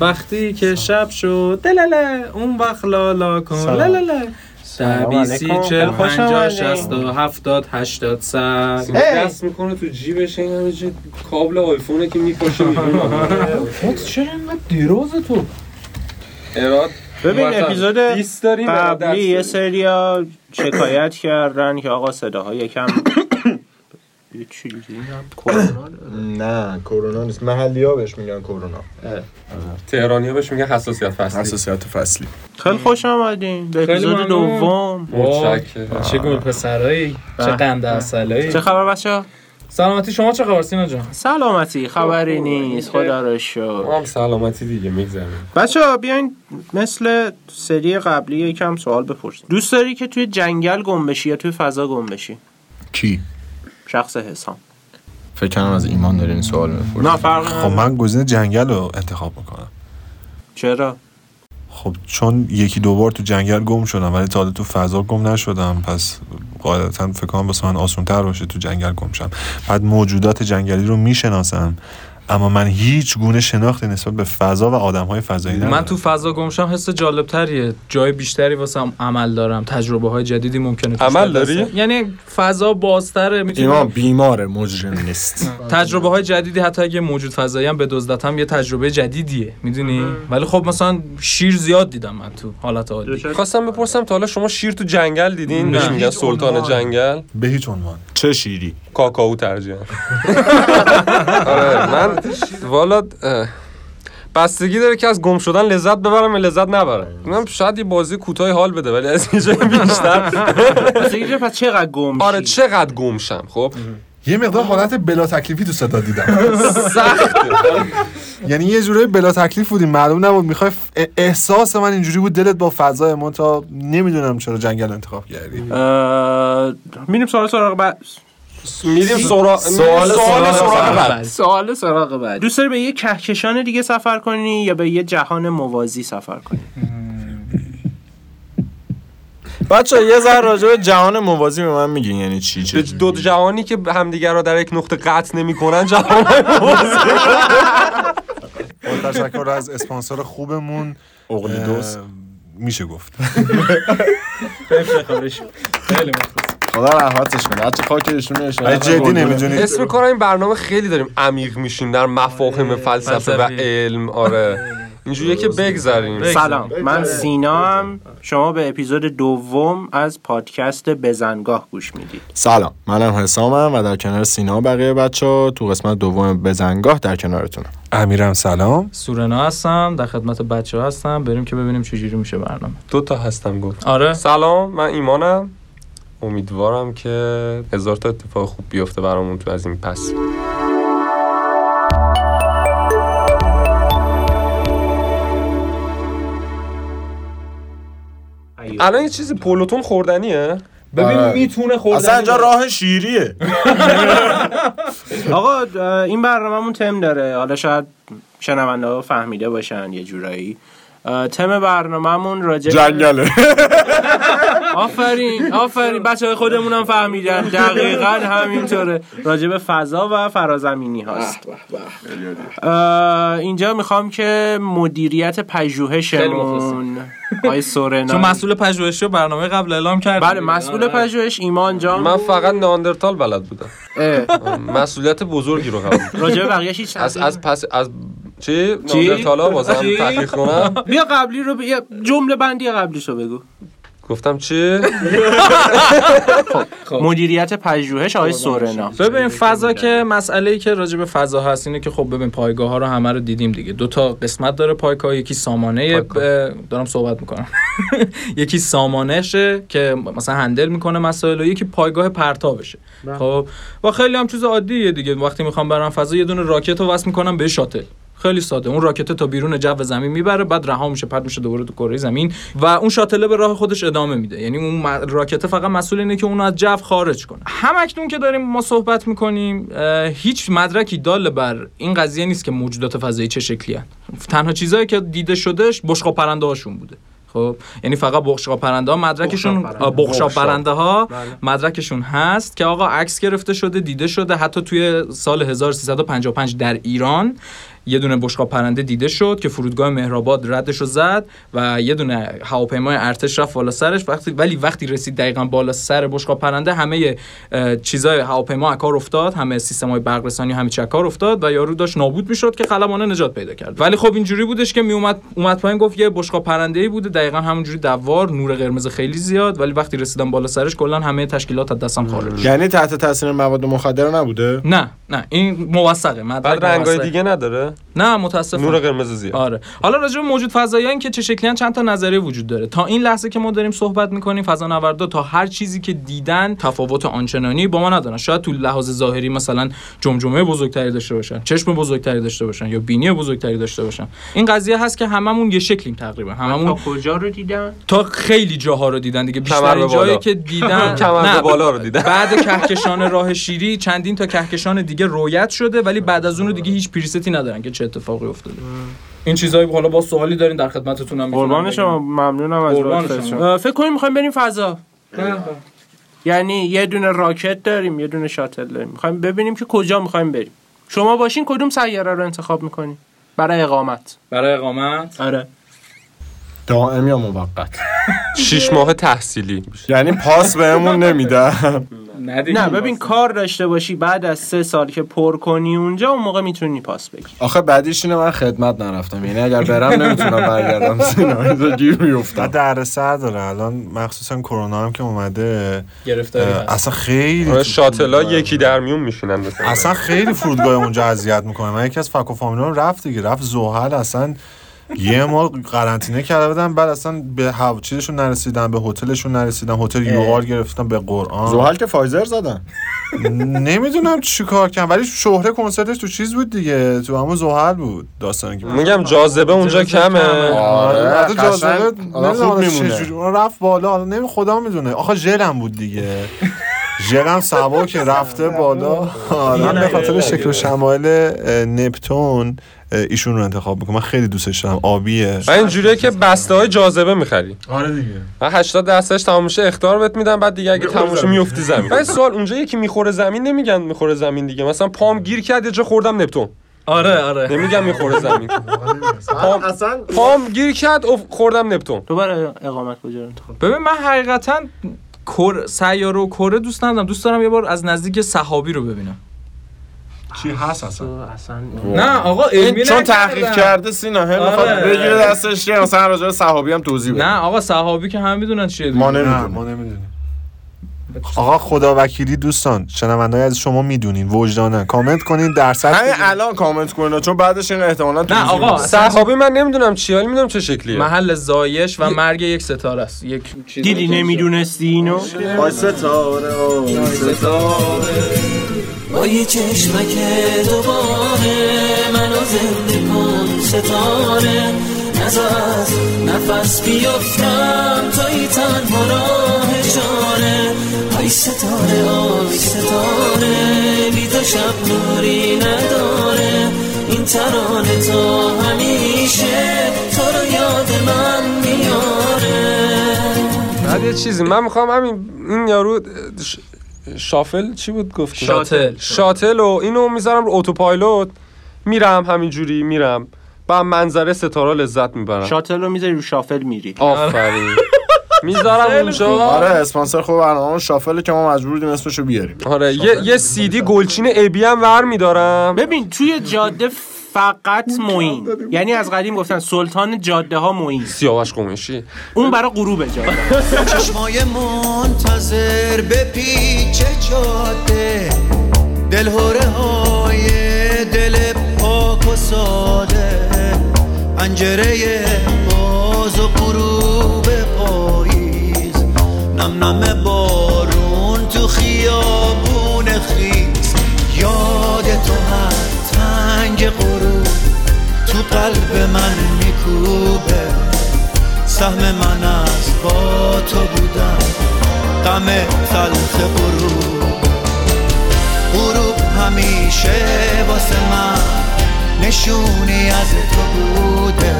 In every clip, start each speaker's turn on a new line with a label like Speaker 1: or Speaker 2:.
Speaker 1: وقتی که شب شد دلله اون وقت لالا کن
Speaker 2: سلام.
Speaker 1: للاله در
Speaker 2: سلام
Speaker 1: بیسی
Speaker 2: علیکم.
Speaker 1: چل
Speaker 2: خوش
Speaker 1: پنجا
Speaker 2: آمدین.
Speaker 1: شست و هفتاد هشتاد سر
Speaker 3: دست میکنه تو جیبش این همه چی کابل آیفونه که میپاشه میدونه
Speaker 2: فوت چرا اینقدر دیروز تو
Speaker 3: اراد
Speaker 2: ببین
Speaker 3: مثلا
Speaker 2: اپیزود
Speaker 3: 20 داریم اراد
Speaker 2: قبلی یه
Speaker 3: دست داریم.
Speaker 2: سریا شکایت کردن که آقا صداها یکم یه چیزی هم کرونا داره.
Speaker 4: نه کرونا نیست محلی ها بهش میگن کرونا
Speaker 3: تهرانی ها بهش میگن حساسیت فصلی
Speaker 4: حساسیت فصلی
Speaker 2: خیلی خوش آمدین به
Speaker 5: خیلی
Speaker 2: اپیزود
Speaker 5: ممنون.
Speaker 2: دوم
Speaker 3: متشکرم
Speaker 5: چه گل پسرایی چه
Speaker 2: به.
Speaker 5: قند اصلایی
Speaker 2: چه خبر بچه
Speaker 5: سلامتی شما چه خبر سینا جان
Speaker 2: سلامتی خبری نیست خدا رو شکر
Speaker 3: ما هم سلامتی دیگه میگذریم
Speaker 2: بچه ها بیاین مثل سری قبلی یکم سوال بپرسید دوست داری که توی جنگل گم بشی یا توی فضا گم بشی
Speaker 6: کی
Speaker 2: شخص حسام
Speaker 6: فکر کنم از ایمان دارین این سوال میپرسین
Speaker 2: نه فرق
Speaker 7: خب
Speaker 2: نداره.
Speaker 7: من گزینه جنگل رو انتخاب میکنم
Speaker 2: چرا
Speaker 7: خب چون یکی دو بار تو جنگل گم شدم ولی تا حالا تو فضا گم نشدم پس قاعدتا فکر کنم واسه من آسون تر باشه تو جنگل گم شم بعد موجودات جنگلی رو میشناسم اما من هیچ گونه شناختی نسبت به فضا و آدم های فضایی ندارم
Speaker 5: من تو فضا گمشم حس جالبتریه جای بیشتری واسم عمل دارم تجربه های جدیدی ممکنه توش
Speaker 3: عمل
Speaker 5: دست-
Speaker 3: داری؟
Speaker 5: یعنی فضا بازتره
Speaker 6: ایمان
Speaker 5: میتونم
Speaker 6: بیماره مجرم نیست
Speaker 5: تجربه های جدیدی حتی اگه موجود فضایی هم بدزدتم یه تجربه جدیدیه میدونی
Speaker 6: آره.
Speaker 5: ولی خب مثلا شیر زیاد دیدم من تو حالت عادی
Speaker 3: خواستم بپرسم تا حالا شما شیر تو جنگل دیدین
Speaker 5: نه.
Speaker 3: بهش میگن
Speaker 5: هیچ
Speaker 3: سلطان
Speaker 5: عنوان.
Speaker 3: جنگل
Speaker 7: به هیچ عنوان
Speaker 6: چه شیری
Speaker 3: کاکاو ترجیح آره من والا اه، بستگی داره که از گم شدن لذت ببرم یا لذت نبرم اینم شاید یه بازی کوتاه حال بده ولی از اینجا بیشتر
Speaker 2: پس اینجا پس چقدر گم
Speaker 3: آره
Speaker 2: شی؟
Speaker 3: چقدر گم شم خب
Speaker 7: یه مقدار حالت بلا تکلیفی تو صدا دیدم
Speaker 3: سخته
Speaker 7: یعنی یه جورایی بلا تکلیف بودیم معلوم نبود میخوای احساس من اینجوری بود دلت با فضای من تا نمیدونم چرا جنگل انتخاب کردی
Speaker 2: اه، میریم سوال سراغ بعد
Speaker 3: میریم سراغ
Speaker 6: سوال سراغ بعد.
Speaker 2: سوال سراغ بعد دوست داری به یه کهکشان دیگه سفر کنی یا به یه جهان موازی سفر کنی
Speaker 6: بچه یه ذره راجع به جهان موازی به من میگین یعنی چی چه
Speaker 3: به
Speaker 6: جوری؟
Speaker 3: دو جهانی که همدیگر را در یک نقطه قطع نمیکنن جهان
Speaker 7: با تشکر از اسپانسر خوبمون
Speaker 6: اقلیدوس
Speaker 7: اه، میشه گفت
Speaker 5: خیلی مخلص.
Speaker 6: خدا رحمتش کنه حتی خاکشون
Speaker 7: اگه
Speaker 6: نشه
Speaker 7: جدی نمیدونید
Speaker 3: اسم کار این برنامه خیلی داریم عمیق میشیم در مفاهیم
Speaker 6: آره،
Speaker 3: فلسفه و
Speaker 5: فلسفی.
Speaker 3: علم آره اینجوریه که بگذریم
Speaker 2: سلام من سینا هم شما به اپیزود دوم از پادکست بزنگاه گوش میدید
Speaker 6: سلام منم حسامم و در کنار سینا و بقیه بچه ها تو قسمت دوم بزنگاه در کنارتونم
Speaker 7: امیرم سلام
Speaker 5: سورنا هستم در خدمت بچه هستم بریم که ببینیم چجوری میشه برنامه
Speaker 3: دو تا هستم گفت
Speaker 5: آره
Speaker 3: سلام من ایمانم امیدوارم که هزار تا اتفاق خوب بیفته برامون تو از این پس الان یه چیزی پولوتون خوردنیه
Speaker 5: ببین
Speaker 6: آره.
Speaker 5: میتونه خوردن
Speaker 6: اصلا اینجا راه شیریه
Speaker 2: آقا اه، این برنامهمون تم داره حالا شاید شنونده ها فهمیده باشن یه جورایی اه، تم برنامهمون راجع به-
Speaker 6: جنگله
Speaker 2: آفرین آفرین بچه های خودمون هم فهمیدن دقیقا همینطوره راجع به فضا و فرازمینی هاست اه، اینجا میخوام که مدیریت پژوهشمون
Speaker 5: چون
Speaker 2: آقای سورنا
Speaker 5: مسئول پژوهشی و برنامه قبل اعلام کرد
Speaker 2: بله
Speaker 6: آره.
Speaker 2: مسئول پژوهش ایمان جان
Speaker 3: آره. من فقط ناندرتال بلد بودم
Speaker 2: اه،
Speaker 3: مسئولیت بزرگی رو قبول کردم.
Speaker 2: راجع به بقیهش هیچ
Speaker 3: از از پس از چی ناندرتالا بازم
Speaker 5: چی؟
Speaker 3: تحقیق کنم
Speaker 2: بیا قبلی رو ب... یه جمله بندی قبلیشو بگو
Speaker 3: گفتم چی
Speaker 2: مدیریت پژوهش آقای سورنا
Speaker 5: ببین فضا که مسئله ای که راجع به فضا هست اینه که خب ببین پایگاه ها رو همه رو دیدیم دیگه دو تا قسمت داره پایگاه یکی سامانه
Speaker 3: پایگاه.
Speaker 5: اه، دارم صحبت میکنم یکی سامانشه که مثلا هندل میکنه مسائل و یکی پایگاه پرتابشه خب و خیلی هم چیز عادیه دیگه وقتی میخوام برم فضا یه دونه راکت رو وصل میکنم به شاتل خیلی ساده اون راکت تا بیرون جو زمین میبره بعد رها میشه پد میشه دوباره تو کره زمین و اون شاتله به راه خودش ادامه میده یعنی اون م- راکت فقط مسئول اینه که اونو از جو خارج کنه همکنون که داریم ما صحبت میکنیم هیچ مدرکی دال بر این قضیه نیست که موجودات فضایی چه شکلی تنها چیزایی که دیده شدهش بشقا پرنده هاشون بوده خب یعنی فقط بخشا پرنده ها مدرکشون آه، بخشا پرنده ها مدرکشون هست که آقا عکس گرفته شده دیده شده حتی توی سال 1355 در ایران یه دونه بشقا پرنده دیده شد که فرودگاه مهرآباد ردش رو زد و یه دونه هواپیمای ارتش رفت بالا سرش وقتی ولی وقتی رسید دقیقا بالا سر بشقا پرنده همه اه، چیزای هواپیما از کار افتاد همه سیستم های برق رسانی همه چی از کار افتاد و یارو داشت نابود میشد که خلبانه نجات پیدا کرد ولی خب اینجوری بودش که میومد اومد پایین گفت یه بشقا پرنده ای بوده دقیقا همونجوری دوار نور قرمز خیلی زیاد ولی وقتی رسیدم بالا سرش کلا همه تشکیلات از دستم خارج شد.
Speaker 6: یعنی تحت تاثیر مواد مخدر نبوده
Speaker 5: نه نه این موثقه مدرک
Speaker 3: بعد رنگای
Speaker 5: موثقه.
Speaker 3: دیگه نداره
Speaker 5: نه متاسفانه
Speaker 3: نور قرمز زیاد
Speaker 5: آره حالا راجع به موجود فضاییان که چه شکلیان چند تا نظریه وجود داره تا این لحظه که ما داریم صحبت میکنیم فضانوردا تا هر چیزی که دیدن تفاوت آنچنانی با ما ندارن شاید تو لحاظ ظاهری مثلا جمجمه بزرگتری داشته باشن چشم بزرگتری داشته باشن یا بینی بزرگتری داشته باشن این قضیه هست که هممون یه شکلیم تقریبا
Speaker 2: تا
Speaker 5: هممون
Speaker 2: کجا رو دیدن؟
Speaker 5: تا خیلی جاها رو دیدن دیگه
Speaker 3: خب. کمر به
Speaker 5: بیشتر
Speaker 3: بالا.
Speaker 5: جایی که دیدن
Speaker 3: کمر به
Speaker 5: نه،
Speaker 3: بالا رو دیدن.
Speaker 5: بعد کهکشان راه شیری چندین تا کهکشان دیگه رویت شده ولی بعد از اون رو دیگه هیچ پریستی ندارن که چه اتفاقی افتاده این چیزایی حالا با سوالی دارین در خدمتتون هم می‌تونم
Speaker 2: قربان
Speaker 5: بگم.
Speaker 2: شما ممنونم از
Speaker 5: قربان
Speaker 2: لطفتون.
Speaker 5: شما.
Speaker 2: اه، فکر کنیم میخوایم بریم فضا یعنی یه دونه راکت داریم یه دونه شاتل داریم میخوایم ببینیم که کجا میخوایم بریم شما باشین کدوم سیاره رو انتخاب میکنیم برای اقامت
Speaker 5: برای اقامت
Speaker 2: آره
Speaker 6: دائم یا موقت
Speaker 3: شیش ماه تحصیلی
Speaker 6: یعنی پاس بهمون نمیدن
Speaker 2: نه ببین کار داشته باشی بعد از سه سال که پر کنی اونجا اون موقع میتونی پاس بگیری
Speaker 6: آخه بعدیش اینه من خدمت نرفتم یعنی اگر برم نمیتونم برگردم سینا اینجا گیر
Speaker 7: نه
Speaker 6: میفتم
Speaker 7: در سر داره الان مخصوصا کرونا هم که اومده
Speaker 5: گرفتاری
Speaker 7: اه، اصلا خیلی
Speaker 3: آره شاتلا یکی در میون میشینن مثلا
Speaker 7: اصلا خیلی فرودگاه اونجا اذیت میکنه من یکی از فک و فامیلام رفت دیگه رفت زحل اصلا یه ما قرنطینه کرده بودن بعد اصلا به هوا چیزشون نرسیدن به هتلشون نرسیدن هتل یوآر گرفتن به قرآن
Speaker 6: زحل که فایزر زدن
Speaker 7: نمیدونم چی کار کردن ولی شهره کنسرتش تو چیز بود دیگه تو همون زحل بود داستانی که
Speaker 3: میگم جاذبه اونجا کمه
Speaker 6: آره،
Speaker 7: آره
Speaker 6: قشنگ
Speaker 7: جاذبه
Speaker 6: آدم
Speaker 7: نمی‌دونم
Speaker 6: خوب
Speaker 7: آدم
Speaker 6: می‌مونه.
Speaker 7: چجوری- اون رفت بالا حالا نمی خدا میدونه آخه ژلم بود دیگه ژلم سبا که رفته بالا آره من به خاطر شکل و شمایل اه، نپتون اه، ایشون رو انتخاب میکنم من خیلی دوستش دارم آبیه
Speaker 3: و اینجوریه که بسته های جاذبه میخری
Speaker 7: آره دیگه
Speaker 3: و 80 درصدش تمام میشه اختار بهت میدن بعد دیگه اگه تموم شه میفتی زمین ولی سوال اونجا یکی میخوره زمین نمیگن میخوره زمین دیگه مثلا پام گیر کرد یه جا خوردم نپتون
Speaker 5: آره آره
Speaker 3: نمیگن میخوره زمین پام
Speaker 4: اصلا
Speaker 3: پام گیر کرد و خوردم نپتون
Speaker 2: تو برای اقامت کجا رو انتخاب
Speaker 5: ببین من حقیقتا کر... سیاره و کره دوست ندارم دوست دارم یه بار از نزدیک صحابی رو ببینم
Speaker 7: چی هست اصلا
Speaker 2: اصلا
Speaker 5: نه آقا علمی
Speaker 6: چون
Speaker 5: نکردم.
Speaker 6: تحقیق کرده سینا هی میخواد
Speaker 5: آره.
Speaker 6: بگیره دستش که مثلا راجع به صحابی هم توضیح بده
Speaker 5: نه آقا صحابی که هم میدونن چیه
Speaker 6: ما
Speaker 7: نه
Speaker 6: نمیدونیم
Speaker 7: ما نمیدونیم آقا خدا وکیلی دوستان شنوندای از شما میدونین وجدانن کامنت کنین درصد
Speaker 6: همین
Speaker 7: بدین.
Speaker 6: الان کامنت کنین چون بعدش این احتمالا توضیح
Speaker 5: نه آقا
Speaker 6: میده.
Speaker 5: اصلا
Speaker 3: صحابی من نمیدونم چی ولی میدونم چه شکلیه
Speaker 5: محل زایش و مرگ یک ستاره است یک چیز
Speaker 2: دیدی نمیدونستی اینو
Speaker 4: وای ستاره آه،
Speaker 8: با یه چشمک دوباره منو زنده کن ستاره نزار از نفس بیفتم توی تنها راه جانه آی ستاره آی ستاره بی تو شب نوری نداره این ترانه تا همیشه تو رو یاد من میاره
Speaker 3: بعد یه چیزی من میخوام همین این یارو ش- شافل چی بود گفت
Speaker 5: شاتل.
Speaker 3: شاتل و اینو میذارم رو اتوپایلوت میرم همینجوری میرم با منظره ستاره لذت میبرم
Speaker 2: شاتل رو میذاری رو شافل میری
Speaker 3: آفرین میذارم
Speaker 6: آره
Speaker 3: اونجا
Speaker 6: اسپانسر خوب برنامه شافله که ما مجبور بودیم اسمشو بیاریم
Speaker 3: آره یه, یه سی دی گلچین ابی هم ور میدارم
Speaker 2: ببین توی جاده فقط موین یعنی از قدیم گفتن سلطان جاده ها موین
Speaker 3: سیاوش قمیشی
Speaker 2: اون برای غروب جاده
Speaker 9: چشمای منتظر به پیچ جاده دلهوره های دل پاک و ساده پنجره باز و غروب پاییز نم نم بارون تو خیابون خیز یاد تو هر تنگ غروب تو قلب من میکوبه سهم من از با تو بودم غم تلخ غروب غروب همیشه واسه من نشونی از تو بوده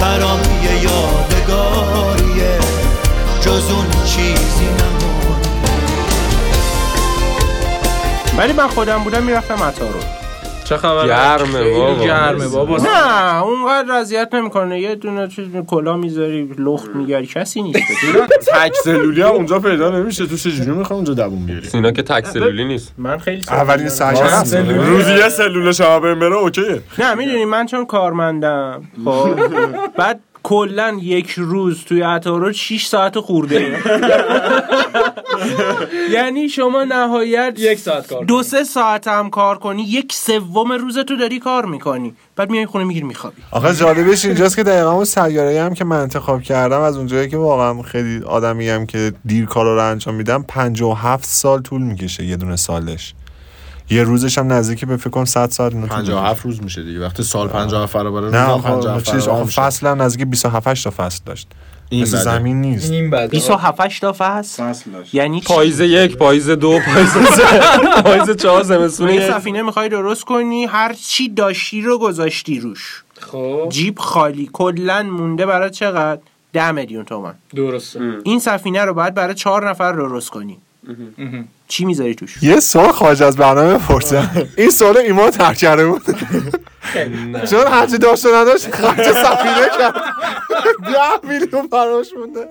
Speaker 9: برام یه یادگاریه جز اون چیزی نمون
Speaker 2: ولی من خودم بودم میرفتم عطارد
Speaker 5: چه خبر
Speaker 3: گرمه بابا.
Speaker 5: گرمه بابا
Speaker 2: نه اونقدر اذیت نمیکنه یه دونه چیز کلا میذاری لخت میگری کسی نیست
Speaker 6: تک سلولی هم اونجا پیدا نمیشه تو چجوری میخوام اونجا دووم بیاری
Speaker 3: سینا که تک سلولی نیست
Speaker 2: من خیلی
Speaker 7: اولین سرشناس
Speaker 6: روزی یه سلول شبابین بره اوکیه
Speaker 2: نه میدونی من چون کارمندم خب بعد کلا یک روز توی عطارد 6 ساعت خورده یعنی شما نهایت
Speaker 5: یک ساعت کار
Speaker 2: دو سه ساعت هم کار کنی یک سوم روز تو داری کار میکنی بعد میای خونه میگیری میخوابی
Speaker 4: خب،
Speaker 7: آخه جالبش اینجاست که دقیقا اون سیاره هم که من انتخاب کردم از اونجایی که واقعا خیلی آدمی هم که دیر کارا رو انجام میدم 57 سال طول میکشه یه دونه سالش یه روزش هم نزدیک به فکر کنم 100 ساعت اینا طول می‌کشه.
Speaker 6: 57 روز میشه دیگه وقتی سال 57 برابر
Speaker 7: نه
Speaker 6: روزم 57
Speaker 7: آخه چیز
Speaker 6: برابر
Speaker 7: آخه
Speaker 6: میشه.
Speaker 7: فصل هم نزدیک 27 8 تا فصل داشت
Speaker 6: این
Speaker 7: مثل
Speaker 6: بده.
Speaker 7: زمین نیست
Speaker 5: این بعد
Speaker 2: 27 تا فصل
Speaker 4: فصل داشت.
Speaker 2: یعنی چی؟
Speaker 3: پاییز یک پاییز دو پاییز سه پاییز چهار زمستون
Speaker 2: یه
Speaker 3: یک.
Speaker 2: سفینه میخوای درست کنی هر چی داشتی رو گذاشتی روش
Speaker 5: خب
Speaker 2: جیب خالی کلا مونده برای چقدر ده میلیون تومن
Speaker 5: درسته
Speaker 2: این سفینه رو باید برای چهار نفر درست کنی چی میذاری توش
Speaker 7: یه سوال خارج از برنامه بپرسم این سوال ایمان ترک کرده بود چون هرچی داشت و نداشت خرج سفینه کرد ده میلیون براش مونده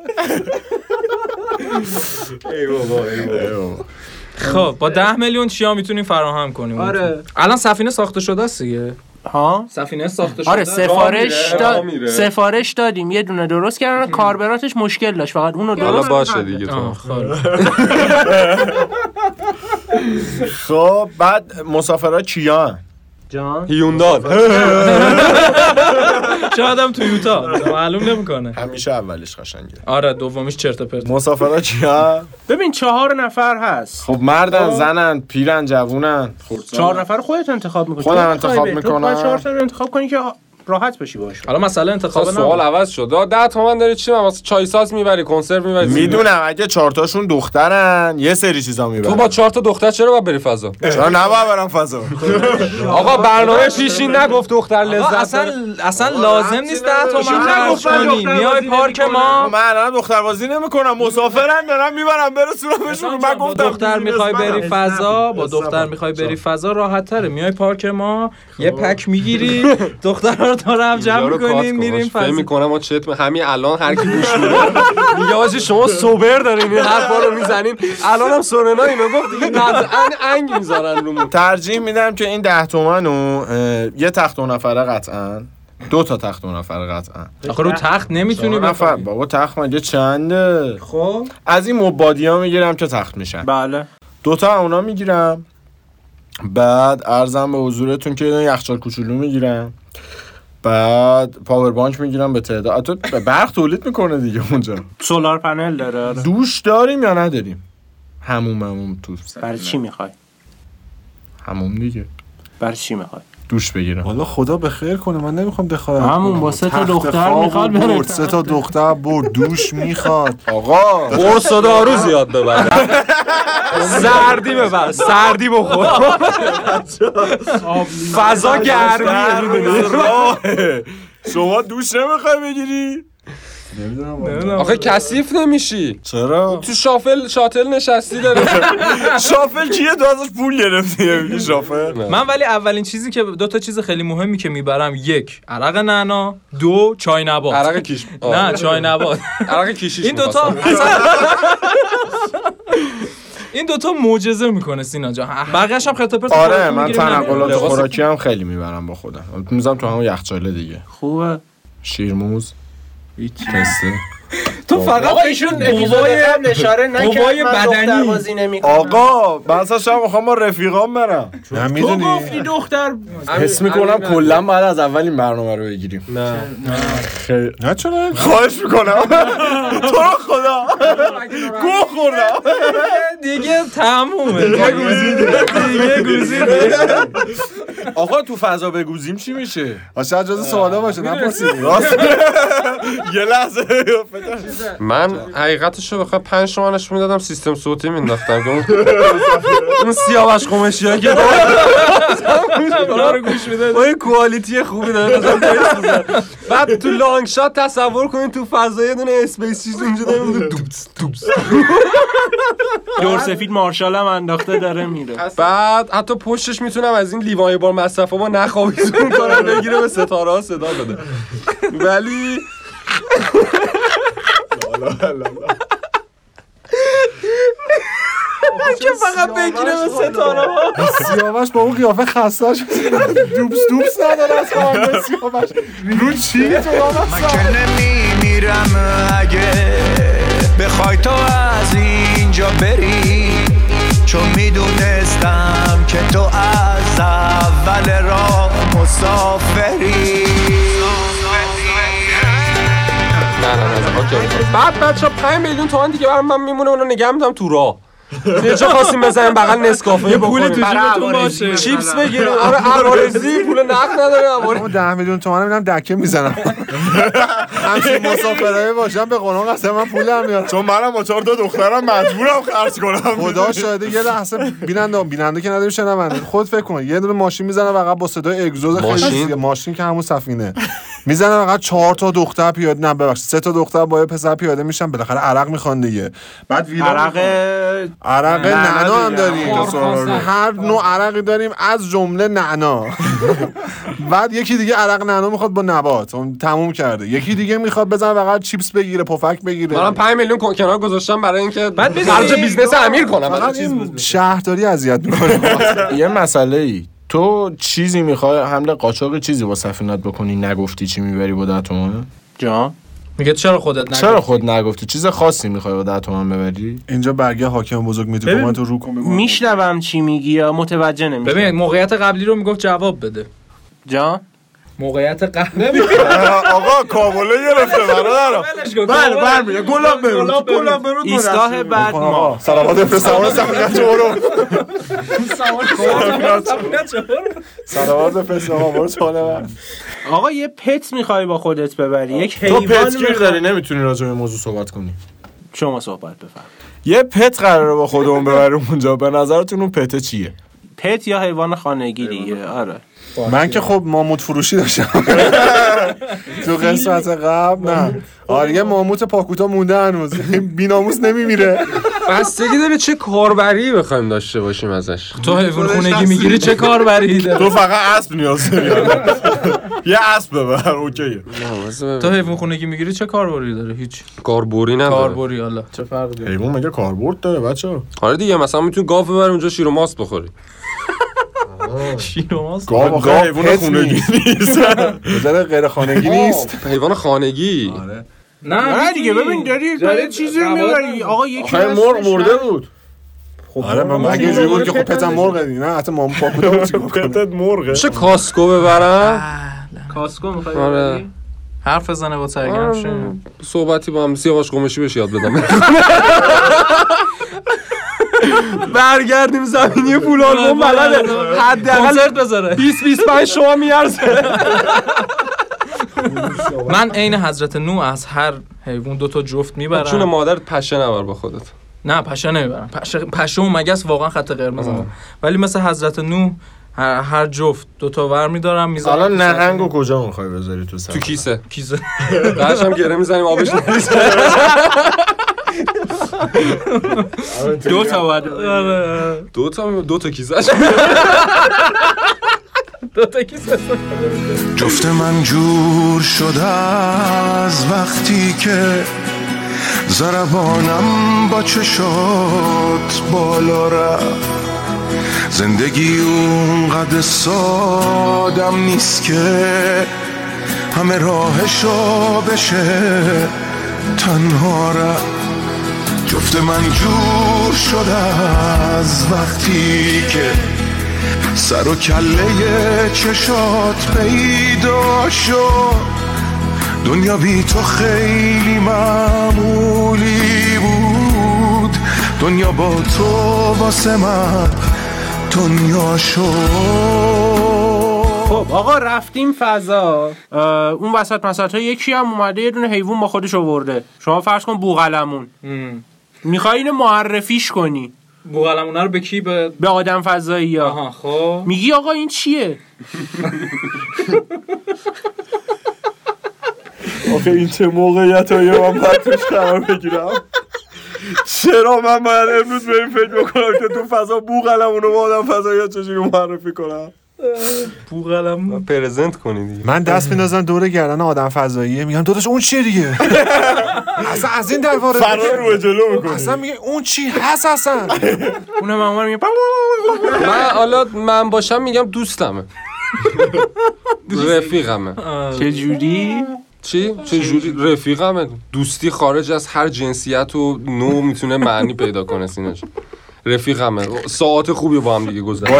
Speaker 5: خب با 10 میلیون چیا میتونیم فراهم کنیم
Speaker 2: آره.
Speaker 5: الان سفینه ساخته شده است دیگه
Speaker 2: ها
Speaker 5: سفینه ساخته شده
Speaker 2: آره سفارش
Speaker 4: میره، راه
Speaker 2: دا...
Speaker 4: میره.
Speaker 2: سفارش دادیم یه دونه درست کردن کاربراتش مشکل داشت فقط اونو
Speaker 3: حالا
Speaker 2: درست
Speaker 3: باشه دیگه تو
Speaker 5: آه، خب.
Speaker 6: خب بعد مسافرها کیا
Speaker 2: جان
Speaker 3: هیوندان
Speaker 5: شاید هم تویوتا معلوم نمیکنه
Speaker 6: همیشه اولش قشنگه
Speaker 5: آره دومیش چرت و پرت
Speaker 6: مسافرها کیا
Speaker 2: ببین چهار نفر هست
Speaker 6: خب مردن زنن پیرن جوونن
Speaker 2: چهار نفر خودت انتخاب میکنی
Speaker 6: خب،
Speaker 2: خب،
Speaker 6: خودم انتخاب می‌کنم.
Speaker 2: چهار تا رو انتخاب کنی که راحت باشی باش
Speaker 5: حالا مسئله انتخاب
Speaker 3: خب، سوال
Speaker 5: نه
Speaker 3: عوض شد آه، ده تومن داری چی مثلا چای ساز میبری کنسرو میبری
Speaker 6: میدونم اگه چهارتاشون دخترن یه سری چیزا
Speaker 3: تو
Speaker 6: میبرن
Speaker 3: با چهار تا دختر چرا باید بری فضا
Speaker 6: چرا نباید برم فضا
Speaker 3: آقا برنامه پیشین نگفت دختر لذت داره.
Speaker 5: اصلا اصلا لازم نیست ده
Speaker 6: ایشون
Speaker 5: تومن خرج
Speaker 6: نگفت من
Speaker 5: کنی
Speaker 2: دختر
Speaker 5: میای
Speaker 2: بازی
Speaker 5: پارک ما
Speaker 6: خب من الان دختربازی نمیکنم مسافرن دارم میبرم برسونمشون من
Speaker 5: با
Speaker 6: گفتم
Speaker 5: دختر میخوای بری فضا با دختر میخوای بری فضا راحت تره میای پارک ما یه پک میگیری دخترها رو دور هم
Speaker 3: خب. اینجا
Speaker 5: جمع
Speaker 3: رو کات کن.
Speaker 5: میکنیم میریم
Speaker 3: فکر
Speaker 5: فضا
Speaker 3: میکنم ما چت همین الان هر کی گوش میده میگه آجی شما سوبر دارین این حرفا رو میزنین الان هم سورنا اینو گفت دیگه قطعا انگ میذارن رو مون.
Speaker 6: ترجیح میدم که این ده تومن رو اه، یه تخت و نفره قطعا دو تا تخت و نفره قطعا
Speaker 5: آخه رو تخت نمیتونی
Speaker 6: دو نفر
Speaker 5: بفهمی
Speaker 6: بابا تخت مگه چنده
Speaker 2: خب
Speaker 6: از این مبادی ها میگیرم که تخت میشن
Speaker 2: بله
Speaker 6: دوتا از اونا میگیرم بعد ارزم به حضورتون که یه یخچال کوچولو میگیرم بعد پاور بانک میگیرم به تعداد تو به برق تولید میکنه دیگه اونجا
Speaker 2: سولار پنل داره آره.
Speaker 6: دوش داریم یا نداریم هموم هموم تو
Speaker 2: برای چی میخوای
Speaker 6: هموم دیگه
Speaker 2: برای چی میخوای
Speaker 6: دوش بگیرم
Speaker 7: والا خدا به خیر کنه من نمیخوام دخالت
Speaker 2: همون
Speaker 7: کنم.
Speaker 2: با سه تا
Speaker 7: تخت
Speaker 2: دختر
Speaker 7: خواب
Speaker 2: میخواد
Speaker 7: برد،
Speaker 2: بره.
Speaker 7: سه تا دختر برد دوش میخواد
Speaker 6: آقا
Speaker 3: قرص و دارو زیاد ببر سردی ببر سردی بخور فضا گرمی
Speaker 6: شما دوش نمیخوای بگیری
Speaker 3: آخه کثیف نمیشی
Speaker 6: چرا
Speaker 3: تو شافل شاتل نشستی داره
Speaker 6: شافل کیه تو ازش پول گرفتی میگی شافل
Speaker 5: من ولی اولین چیزی که دو تا چیز خیلی مهمی که میبرم یک عرق نعنا دو چای نبات
Speaker 3: عرق کیش
Speaker 5: نه چای نبات
Speaker 3: عرق کیشیش
Speaker 5: این دوتا
Speaker 3: می‌خواستم.
Speaker 5: اصلا- این دوتا معجزه میکنه سینا جان بقیه‌ش هم خط و پرت
Speaker 6: آره
Speaker 5: خودتون
Speaker 6: من
Speaker 5: می‌گیری،
Speaker 6: تنقلات
Speaker 5: نمی‌دونم.
Speaker 6: خوراکی هم خیلی میبرم با خودم میزم تو همون یخچاله دیگه
Speaker 2: خوبه
Speaker 6: شیرموز پسته
Speaker 5: تو فقط
Speaker 2: ایشون اپیزود قبل اشاره نکرد
Speaker 5: قوای
Speaker 2: من
Speaker 5: بدنی.
Speaker 2: دختربازی نمی‌کنم.
Speaker 6: آقا من اصلا شب میخوام با رفیقام برم
Speaker 7: نه
Speaker 2: تو
Speaker 7: میدونی
Speaker 2: گفتی دختر
Speaker 6: حس میکنم کلا بعد از اول این برنامه رو بگیریم
Speaker 7: نه چرا
Speaker 6: خواهش میکنم تو رو خدا گو خوردم
Speaker 5: دیگه تمومه دیگه گوزیده
Speaker 6: آقا تو فضا بگوزیم چی میشه
Speaker 7: آشان جز سوالا باشه نپرسید
Speaker 6: راست یه لحظه
Speaker 3: من حقیقتش رو بخوام پنج تومنش میدادم سیستم صوتی مینداختم که اون اون سیاوش قمشی ها که
Speaker 5: اونا رو گوش میده
Speaker 3: با یه کوالیتی خوبی داره بعد تو لانگ شات تصور کنید تو فضا یه دونه اسپیس چیز اونجا داره می‌ره. دوپس دوپس.
Speaker 2: دور سفید مارشال هم انداخته داره میره
Speaker 3: بعد حتی پشتش میتونم از این لیوان بار مصرف ما نخوابیزون کنم بگیره به ستاره ها صدا بده ولی
Speaker 5: که فقط بگیره به ستاره ها
Speaker 7: سیاوش با اون قیافه خسته شد دوبس دوبس نداره از خواهد سیاوش رو چی تو
Speaker 9: من که نمیمیرم اگه بخوای تو از اینجا بری چون میدونستم که تو از اول راه مسافری
Speaker 3: نه نه نه اوکی. بعد بچه 5 میلیون تومن دیگه برام من میمونه اونو نگه میدم تو راه یه جا خواستیم بزنیم بغل نسکافه یه پول تو
Speaker 2: جیبتون باشه.
Speaker 3: چیپس بگیر آره عوارضی پول نقد نداره عوارض
Speaker 7: اون ده میلیون تومن میدم دکه میزنم همچین مسافرهای باشم به قانون قسم من پول هم میارم
Speaker 6: چون منم با چهار تا دخترم مجبورم خرج کنم
Speaker 7: خدا شاهده یه لحظه بیننده بیننده که نداریم شنونده خود فکر کن یه دونه ماشین میزنه فقط با صدای اگزوز خیلی
Speaker 3: ماشین؟
Speaker 7: سیگه. ماشین که همون سفینه میزنه فقط چهار تا دختر پیاده نه ببخشید سه تا دختر با یه پسر پیاده میشن بالاخره عرق میخوان دیگه
Speaker 6: بعد ویلا
Speaker 2: عرق
Speaker 7: عرق نعنا هم
Speaker 6: دیگه.
Speaker 7: داریم
Speaker 6: خورخاست.
Speaker 7: هر نوع عرقی داریم از جمله نعنا بعد یکی دیگه عرق نعنا میخواد با نبات اون تموم کرده یکی دیگه میخواد بزن فقط چیپس بگیره پفک بگیره
Speaker 3: منم 5 میلیون کن- کنار گذاشتم برای اینکه بعد
Speaker 2: بزنی.
Speaker 3: خرج بیزنس امیر کنم
Speaker 7: فقط
Speaker 3: برای چیز بود.
Speaker 7: این شهرداری اذیت میکنه
Speaker 6: یه مسئله ای تو چیزی میخوای حمله قاچاق چیزی با سفینت بکنی نگفتی چی میبری با ده تومن
Speaker 2: جا
Speaker 5: میگه چرا خودت نگفتی؟
Speaker 6: چرا خود نگفتی چیز خاصی میخوای با ده تومن ببری
Speaker 7: اینجا برگه حاکم بزرگ میتونه من تو رو کن بگو.
Speaker 2: میشنوم چی میگی یا متوجه نمیشم
Speaker 5: ببین موقعیت قبلی رو میگفت جواب بده
Speaker 2: جا
Speaker 5: موقعیت قبلی
Speaker 6: آقا کابله گرفته برادر
Speaker 5: بله
Speaker 6: برمیده گلاب برود گلاب برود
Speaker 2: ایستگاه بعد ما
Speaker 6: سلامات فرستوان سفینت برو سلامات فرستوان برو چاله بر
Speaker 2: آقا یه پت میخوای با خودت ببری یک
Speaker 6: تو
Speaker 2: حیوان
Speaker 6: پتگیر
Speaker 2: می‌خوای-
Speaker 6: داری نمیتونی راجع به موضوع صحبت کنی
Speaker 2: شما صحبت بفرم
Speaker 6: یه پت قراره با خودمون ببریم اونجا به نظرتون اون پته چیه
Speaker 2: پت یا حیوان خانگی دیگه آره
Speaker 7: من که خب ماموت فروشی داشتم تو قسمت قبل نه آره یه ماموت پاکوتا مونده هنوز بیناموس نمیمیره
Speaker 3: بستگی داره چه کاربری بخوایم داشته باشیم ازش
Speaker 5: تو حیوان خونگی میگیری چه کار بری
Speaker 6: تو فقط اسب نیاز داری یه اسب ببر اوکیه
Speaker 5: تو حیوان خونگی میگیری چه کاربری داره هیچ
Speaker 3: کاربوری نداره
Speaker 5: کاربری حالا چه فرقی
Speaker 6: حیوان مگه کاربرد داره بچه
Speaker 3: آره دیگه مثلا میتونی گاو ببری اونجا شیر و ماست بخوری
Speaker 5: شیر و ماست
Speaker 6: گاو آخه
Speaker 7: خب، گاو
Speaker 6: حیوان
Speaker 7: پت
Speaker 6: خونگی نیست
Speaker 7: بزن غیر خانگی نیست
Speaker 3: حیوان خانگی
Speaker 2: نه آره دیگه ببین داری داری چیزی رو میبری آقا یکی
Speaker 6: آخه مرغ مرده بود
Speaker 7: آره من اگه اینجوری بود که خب پتم مرغ دیگه نه حتی مامو پاکوتا بود چیکار کنه؟
Speaker 6: پتت مرغه
Speaker 3: چه کاسکو ببرم
Speaker 2: کاسکو میخوای
Speaker 3: آره.
Speaker 2: ببری؟
Speaker 5: حرف بزنه با سرگرم شه.
Speaker 3: صحبتی با هم سیاوش قمشی بهش یاد بدم برگردیم زمینی پول آلبوم بلده حداقل
Speaker 5: آره. کنسرت بذاره
Speaker 3: 20 25 شما میارزه
Speaker 5: من عین حضرت نو از هر حیوان دو تا جفت
Speaker 3: چون
Speaker 5: میبرم
Speaker 3: مادر پشه نبر با خودت
Speaker 5: نه پشه نمیبرم پشه, پشه و مگس واقعا خط قرمز ولی مثل حضرت نو هر, هر جفت دو تا ور میدارم میذارم
Speaker 6: الان نهنگو کجا میخوای بذاری تو سر
Speaker 3: تو کیسه
Speaker 5: کیزه
Speaker 3: بعدش هم گره میزنیم آبش نریزه
Speaker 2: دو تا باید
Speaker 3: دو تا دو تا کیسه
Speaker 5: دو تا کیسه
Speaker 9: جفت من جور شده از وقتی که زربانم با چشات بالا رفت زندگی اونقدر سادم نیست که همه راهشو بشه تنها رفت جفت من جور شده از وقتی که سر و کله چشات پیدا شد دنیا بی تو خیلی معمولی بود دنیا با تو واسه من دنیا شد
Speaker 2: خب آقا رفتیم فضا اه، اون وسط مسط ها یکی هم اومده یه دونه حیوان با خودش آورده شما فرض کن بوغلمون میخوای اینو معرفیش کنی
Speaker 5: بوغلمونه رو به کی به
Speaker 2: به آدم فضایی ها
Speaker 5: آها خب
Speaker 2: میگی آقا این چیه
Speaker 6: آخه این چه موقعیت هایی من باید توش قرار بگیرم چرا من باید امروز به این فکر بکنم که تو فضا بوغلم اونو با آدم فضایی چجوری معرفی کنم
Speaker 5: بوغلم
Speaker 3: پرزنت کنی دیگه
Speaker 7: من دست میندازم دور گردن آدم فضاییه میگم داداش اون چیه دیگه اصلا از این در وارد
Speaker 6: فرار رو به جلو میکنی
Speaker 7: اصلا میگه اون چی هست اصلا
Speaker 2: اونم هم میگه
Speaker 3: من حالا من باشم میگم دوستمه رفیقمه
Speaker 2: چه جوری
Speaker 3: چی؟ چه جوری رفیقمه دوستی خارج از هر جنسیت و نوع میتونه معنی پیدا کنه سینش رفیقمه ساعت خوبی با هم دیگه
Speaker 7: با
Speaker 3: گذرد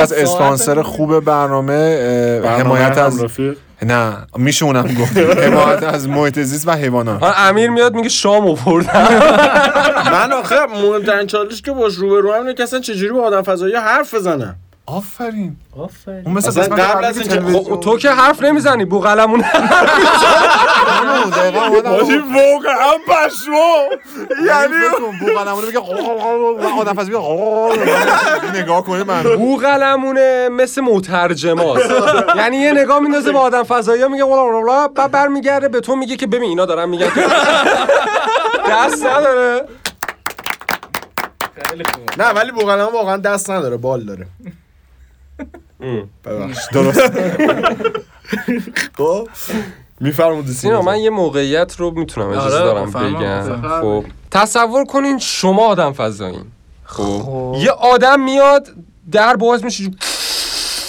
Speaker 7: از اسپانسر خوب برنامه اه، حمایت از
Speaker 6: رفیق
Speaker 7: نه میشه اونم گفت حمایت از محیط زیست و حیوانات
Speaker 3: امیر میاد میگه شام آوردم
Speaker 6: من آخه مهمترین چالش که باش رو به هم اینه که اصلا چجوری با آدم فضایی حرف بزنم
Speaker 7: آفرین اون مثل
Speaker 6: اصلا
Speaker 7: قسمت
Speaker 6: قبل
Speaker 7: قبلی
Speaker 6: از
Speaker 7: که
Speaker 6: اینکه-
Speaker 7: تلویزیون-
Speaker 3: خب، تو که حرف نمیزنی بوغلمون
Speaker 7: آره، دقیقاً آدم-
Speaker 6: حاجی واقعا پشمو یعنی
Speaker 7: فکر کن، بوغلمونه میگه قو- قو- قو- و آدم پس میگه قو- قو- قو. نگاه کنه من
Speaker 3: بوغلمونه مثل مترجماست یعنی یه نگاه میندازه به آدم فضایی ها میگه ولا ولا ولا بعد برمیگرده به تو میگه که ببین اینا دارن میگن دست نداره
Speaker 6: نه ولی بوغلمون واقعا دست نداره بال داره ببخشید درست خب میفرمودی
Speaker 3: سینا
Speaker 6: سینا
Speaker 3: من یه موقعیت رو میتونم اجازه
Speaker 5: آره،
Speaker 3: دارم
Speaker 5: بفرما،
Speaker 3: بگم
Speaker 5: بفرما.
Speaker 3: خب تصور کنین شما آدم فضایین خب یه آدم میاد در باز میشه جو-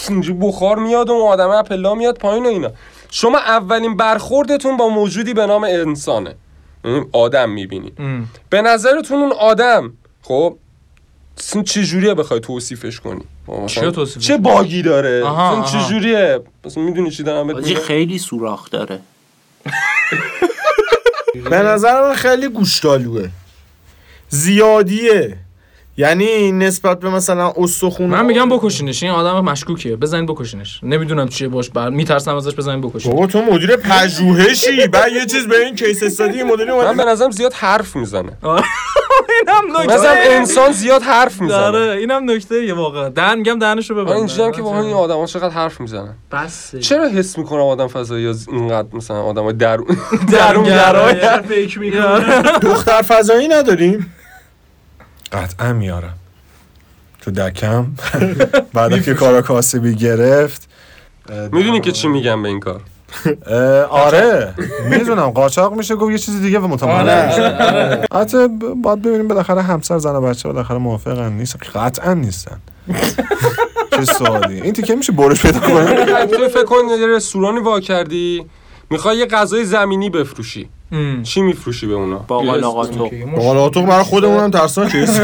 Speaker 3: اینجوری بخار میاد و اون آدمه پلا میاد پایین و اینا شما اولین برخوردتون با موجودی به نام انسانه یعنی آدم میبینی به نظرتون اون آدم خب اصلا چجوریه بخوای توصیفش کنی مثلا
Speaker 5: چی رو توصیفش
Speaker 3: چه باگی داره
Speaker 5: آها،
Speaker 3: اصلا
Speaker 5: آها.
Speaker 3: چجوریه مثلا میدونی چی دارم بهت
Speaker 2: حاجی
Speaker 3: میگم؟
Speaker 2: خیلی سوراخ داره
Speaker 6: به نظر من خیلی گوشتالوه زیادیه یعنی نسبت به مثلا استخون
Speaker 5: من میگم بکشینش این آدم مشکوکه بزنید بکشینش نمیدونم چیه باش بر میترسم ازش بزنید بکشین
Speaker 6: بابا تو مدیر پژوهشی بعد یه چیز به این کیس استادی مدلی
Speaker 3: من
Speaker 6: اومد
Speaker 3: به نظرم زیاد حرف میزنه
Speaker 5: اینم
Speaker 3: مثلا انسان زیاد حرف میزنه
Speaker 5: آره اینم نکته یه واقعا دهن میگم دهنشو ببند
Speaker 3: اینجوری هم که واقعا این آدم چقدر حرف میزنن
Speaker 2: بس
Speaker 3: چرا حس میکنم آدم فضایی از اینقدر مثلا آدم های درون
Speaker 5: درونگرای.
Speaker 2: فکر میکنه
Speaker 5: آره.
Speaker 6: دختر فضایی نداریم
Speaker 7: قطعا میارم تو دکم بعد که کارا کاسبی گرفت
Speaker 3: میدونی که چی میگم به این کار
Speaker 7: اه، آره میدونم قاچاق میشه گفت یه چیز دیگه و متمرکز حتی ب- باید ببینیم بالاخره همسر زن و بچه بالاخره موافقن نیستن قطعا نیستن چه سوالی این تیکه میشه برش پیدا کنیم
Speaker 3: تو فکر کن یه رستورانی وا کردی میخوای یه غذای زمینی بفروشی چی میفروشی به اونا
Speaker 2: باقال
Speaker 3: یه
Speaker 2: آقا
Speaker 3: رست-
Speaker 2: تو
Speaker 6: حالا تو برای خودمونم ترسان کیس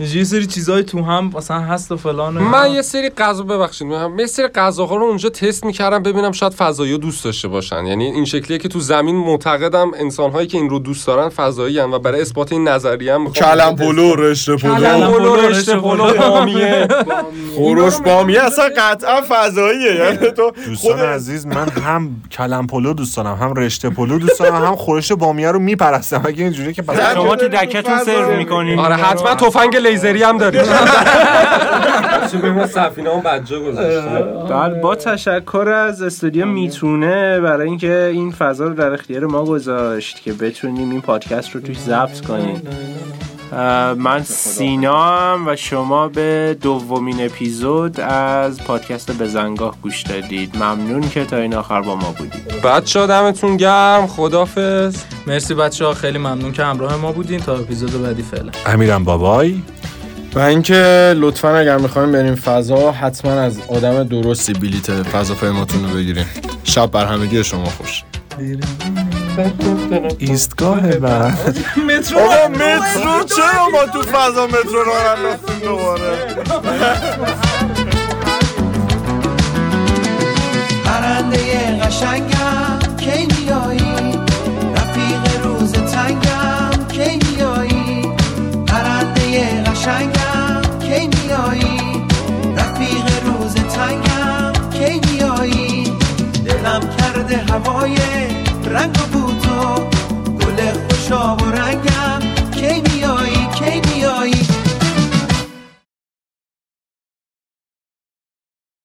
Speaker 5: یه سری چیزای تو هم مثلا هست و فلان و اینا.
Speaker 3: من یه سری غذا ببخشید من یه سری غذاها رو اونجا تست میکردم ببینم شاید فضایی رو دوست داشته باشن یعنی این شکلیه که تو زمین معتقدم انسانهایی که این رو دوست دارن فضایی و برای اثبات این نظریه هم می‌خوام-
Speaker 6: کلم پلو رشته پلو
Speaker 5: کلم
Speaker 3: پلو
Speaker 5: پلو،
Speaker 3: رشته پلو بامیه
Speaker 6: خروش بامیه اصلا قطعا فضاییه یعنی تو
Speaker 7: دوستان
Speaker 6: خود
Speaker 7: عزیز من هم کلم پلو دوست دارم هم رشته پلو دوست دارم هم خورش بامیه رو میپرستم اگه اینجوری که پس
Speaker 6: نه.
Speaker 2: شما تو دکتون سرو میکنین
Speaker 3: آره حتما تفنگ لیزری هم داری چه ببین سفینه هم بجا گذاشته
Speaker 2: بعد بله، با تشکر از استودیو میتونه برای اینکه این فضا رو در اختیار ما گذاشت که بتونیم این پادکست رو توش ضبط کنیم اه، من سینام و شما به دومین اپیزود از پادکست بزنگاه گوش دادید ممنون که تا این آخر با ما بودید
Speaker 3: بچه دمتون گرم خدافز
Speaker 5: مرسی بچه ها خیلی ممنون که همراه ما بودین تا اپیزود بعدی فعلا
Speaker 7: امیرم بابای
Speaker 6: و اینکه لطفا اگر میخوایم بریم فضا حتما از آدم درستی بلیت فضا پیماتون رو بگیریم شب بر همگی شما خوش
Speaker 7: ایستگاه بعد
Speaker 6: بابا مترو چرا ما تو فضا مترو رو انداختیم دوباره
Speaker 8: پرنده قشنگم کی میایی رفیق روز تنگم کی میایی پرنده قشنگم کی میایی رفیق روز تنگم کی میایی دلم کرده هوای رنگ و بو